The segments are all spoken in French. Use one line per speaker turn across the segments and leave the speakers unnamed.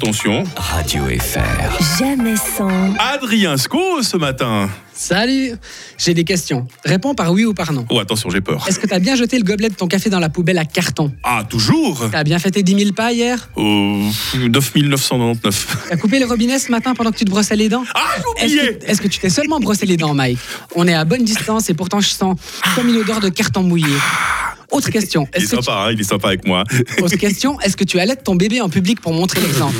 Attention,
Radio FR.
Jamais sans,
Adrien Sco ce matin.
Salut J'ai des questions. Réponds par oui ou par non.
Oh, attention, j'ai peur.
Est-ce que t'as bien jeté le gobelet de ton café dans la poubelle à carton
Ah, toujours
T'as bien fait tes 10 000 pas hier
Oh, 9999.
T'as coupé le robinet ce matin pendant que tu te brossais les dents
Ah, j'ai
Est-ce
oublié
que- est-ce que tu t'es seulement brossé les dents, Mike On est à bonne distance et pourtant je sens comme une odeur de carton mouillé. Autre question.
Il est
Est-ce que,
sympa, hein, il est sympa avec moi.
tu... Autre question. Est-ce que tu allaites ton bébé en public pour montrer l'exemple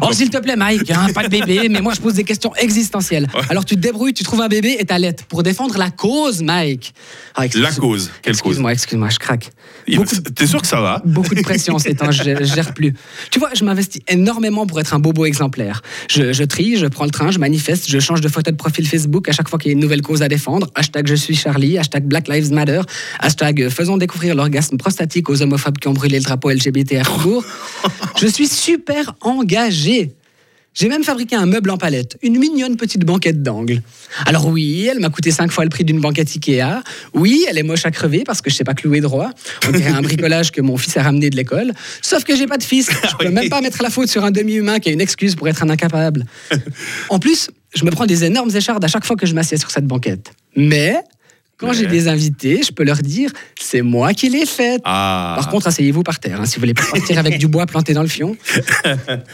Oh, s'il te plaît, Mike, hein, pas de bébé, mais moi je pose des questions existentielles. Alors tu te débrouilles, tu trouves un bébé et t'allaites pour défendre la cause, Mike. Ah, excuse-
La cause, quelle cause
Excuse-moi, excuse-moi, je craque.
Il-
Beaucoup,
T'es sûr que ça va
beaucoup de pression ces temps, je, je gère plus. Tu vois, je m'investis énormément pour être un bobo exemplaire. Je, je trie, je prends le train, je manifeste, je change de photo de profil Facebook à chaque fois qu'il y a une nouvelle cause à défendre. Hashtag je suis Charlie, hashtag Black Lives Matter, hashtag euh, faisons découvrir l'orgasme prostatique aux homophobes qui ont brûlé le drapeau LGBT à Fribourg. Je suis super engagé. J'ai même fabriqué un meuble en palette, une mignonne petite banquette d'angle. Alors oui, elle m'a coûté cinq fois le prix d'une banquette Ikea. Oui, elle est moche à crever parce que je sais pas clouer droit. On dirait un bricolage que mon fils a ramené de l'école. Sauf que j'ai pas de fils. Je peux même pas mettre la faute sur un demi-humain qui a une excuse pour être un incapable. En plus, je me prends des énormes échardes à chaque fois que je m'assieds sur cette banquette. Mais quand j'ai
Mais-
des invités, je peux leur dire c'est moi qui l'ai faite.
Ah,
Par contre, asseyez-vous par terre hein, si vous voulez pas partir avec du bois planté dans le fion.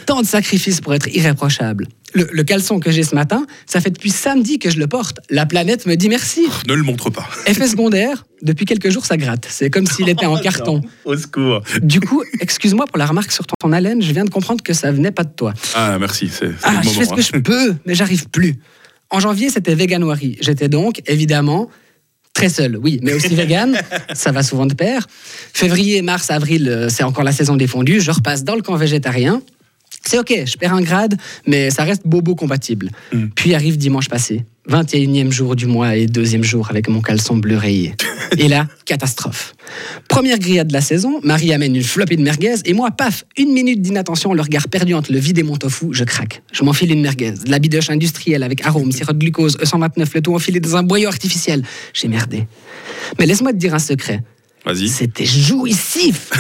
Tant de sacrifices pour être irréprochable. Le, le caleçon que j'ai ce matin, ça fait depuis samedi que je le porte. La planète me dit merci.
ne le montre pas.
Effet secondaire, depuis quelques jours, ça gratte. C'est comme s'il était
Oh,
en carton.
Au secours.
Du coup, excuse-moi pour la remarque sur ton, ton haleine, je viens de comprendre que ça venait pas de toi.
Ah, merci, c'est c'est
Ah,
le
je
moment.
fais ce que
hein.
je peux, mais j'arrive plus. En janvier, c'était Veganuary. J'étais donc, évidemment, très seul, oui, mais aussi vegan. ça va souvent de pair. Février, mars, avril, euh, c'est encore la saison des fondus. Je repasse dans le camp végétarien. C'est OK, je perds un grade, mais ça reste bobo compatible.
Mm.
Puis arrive dimanche passé, 21e jour du mois et deuxième jour avec mon caleçon bleu rayé. Et là, catastrophe. Première grillade de la saison, Marie amène une flopée de merguez et moi, paf, une minute d'inattention, le regard perdu entre le vide et mon tofu, je craque. Je m'enfile une merguez, de la bidoche industrielle avec arôme, sirop de glucose, E129, le tout enfilé dans un boyau artificiel. J'ai merdé. Mais laisse-moi te dire un secret.
hein. Vas-y.
C'était jouissif.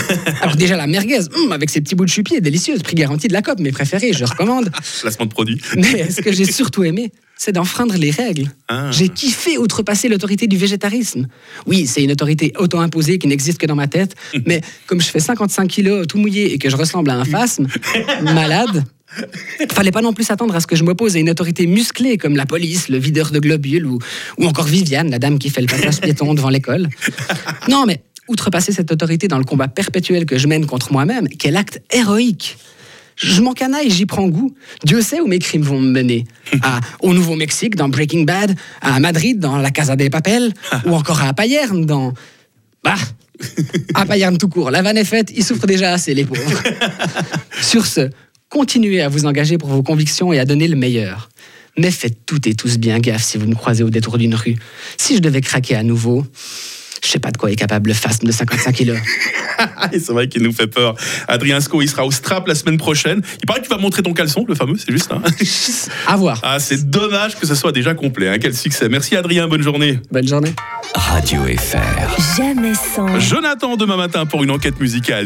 Alors déjà la merguez, hum, avec ses petits bouts de choupier, délicieuse, prix garanti de la COP, mes préférés, je recommande.
Placement de produit.
Mais ce que j'ai surtout aimé, c'est d'enfreindre les règles.
Ah.
J'ai kiffé outrepasser l'autorité du végétarisme. Oui, c'est une autorité auto-imposée qui n'existe que dans ma tête, mais comme je fais 55 kilos tout mouillé et que je ressemble à un phasme, malade, fallait pas non plus s'attendre à ce que je m'oppose à une autorité musclée comme la police, le videur de globules ou, ou encore Viviane, la dame qui fait le passage piéton devant l'école. Non, mais outrepasser cette autorité dans le combat perpétuel que je mène contre moi-même, quel acte héroïque je m'en canaille, j'y prends goût. Dieu sait où mes crimes vont me mener. À- au Nouveau-Mexique, dans Breaking Bad, à Madrid, dans La Casa des Papel, ou encore à Payerne, dans. Bah À Payerne tout court. La vanne est faite, ils souffrent déjà assez, les pauvres. Sur ce, continuez à vous engager pour vos convictions et à donner le meilleur. Mais faites toutes et tous bien gaffe si vous me croisez au détour d'une rue. Si je devais craquer à nouveau, je sais pas de quoi est capable le phasme de 55 kilos.
Ah, et c'est vrai qu'il nous fait peur. Adrien Sco, il sera au strap la semaine prochaine. Il paraît que tu vas montrer ton caleçon, le fameux, c'est juste. hein.
À voir.
Ah, c'est dommage que ce soit déjà complet. hein. Quel succès. Merci Adrien, bonne journée.
Bonne journée.
Radio FR.
jamais sans.
Jonathan demain matin pour une enquête musicale.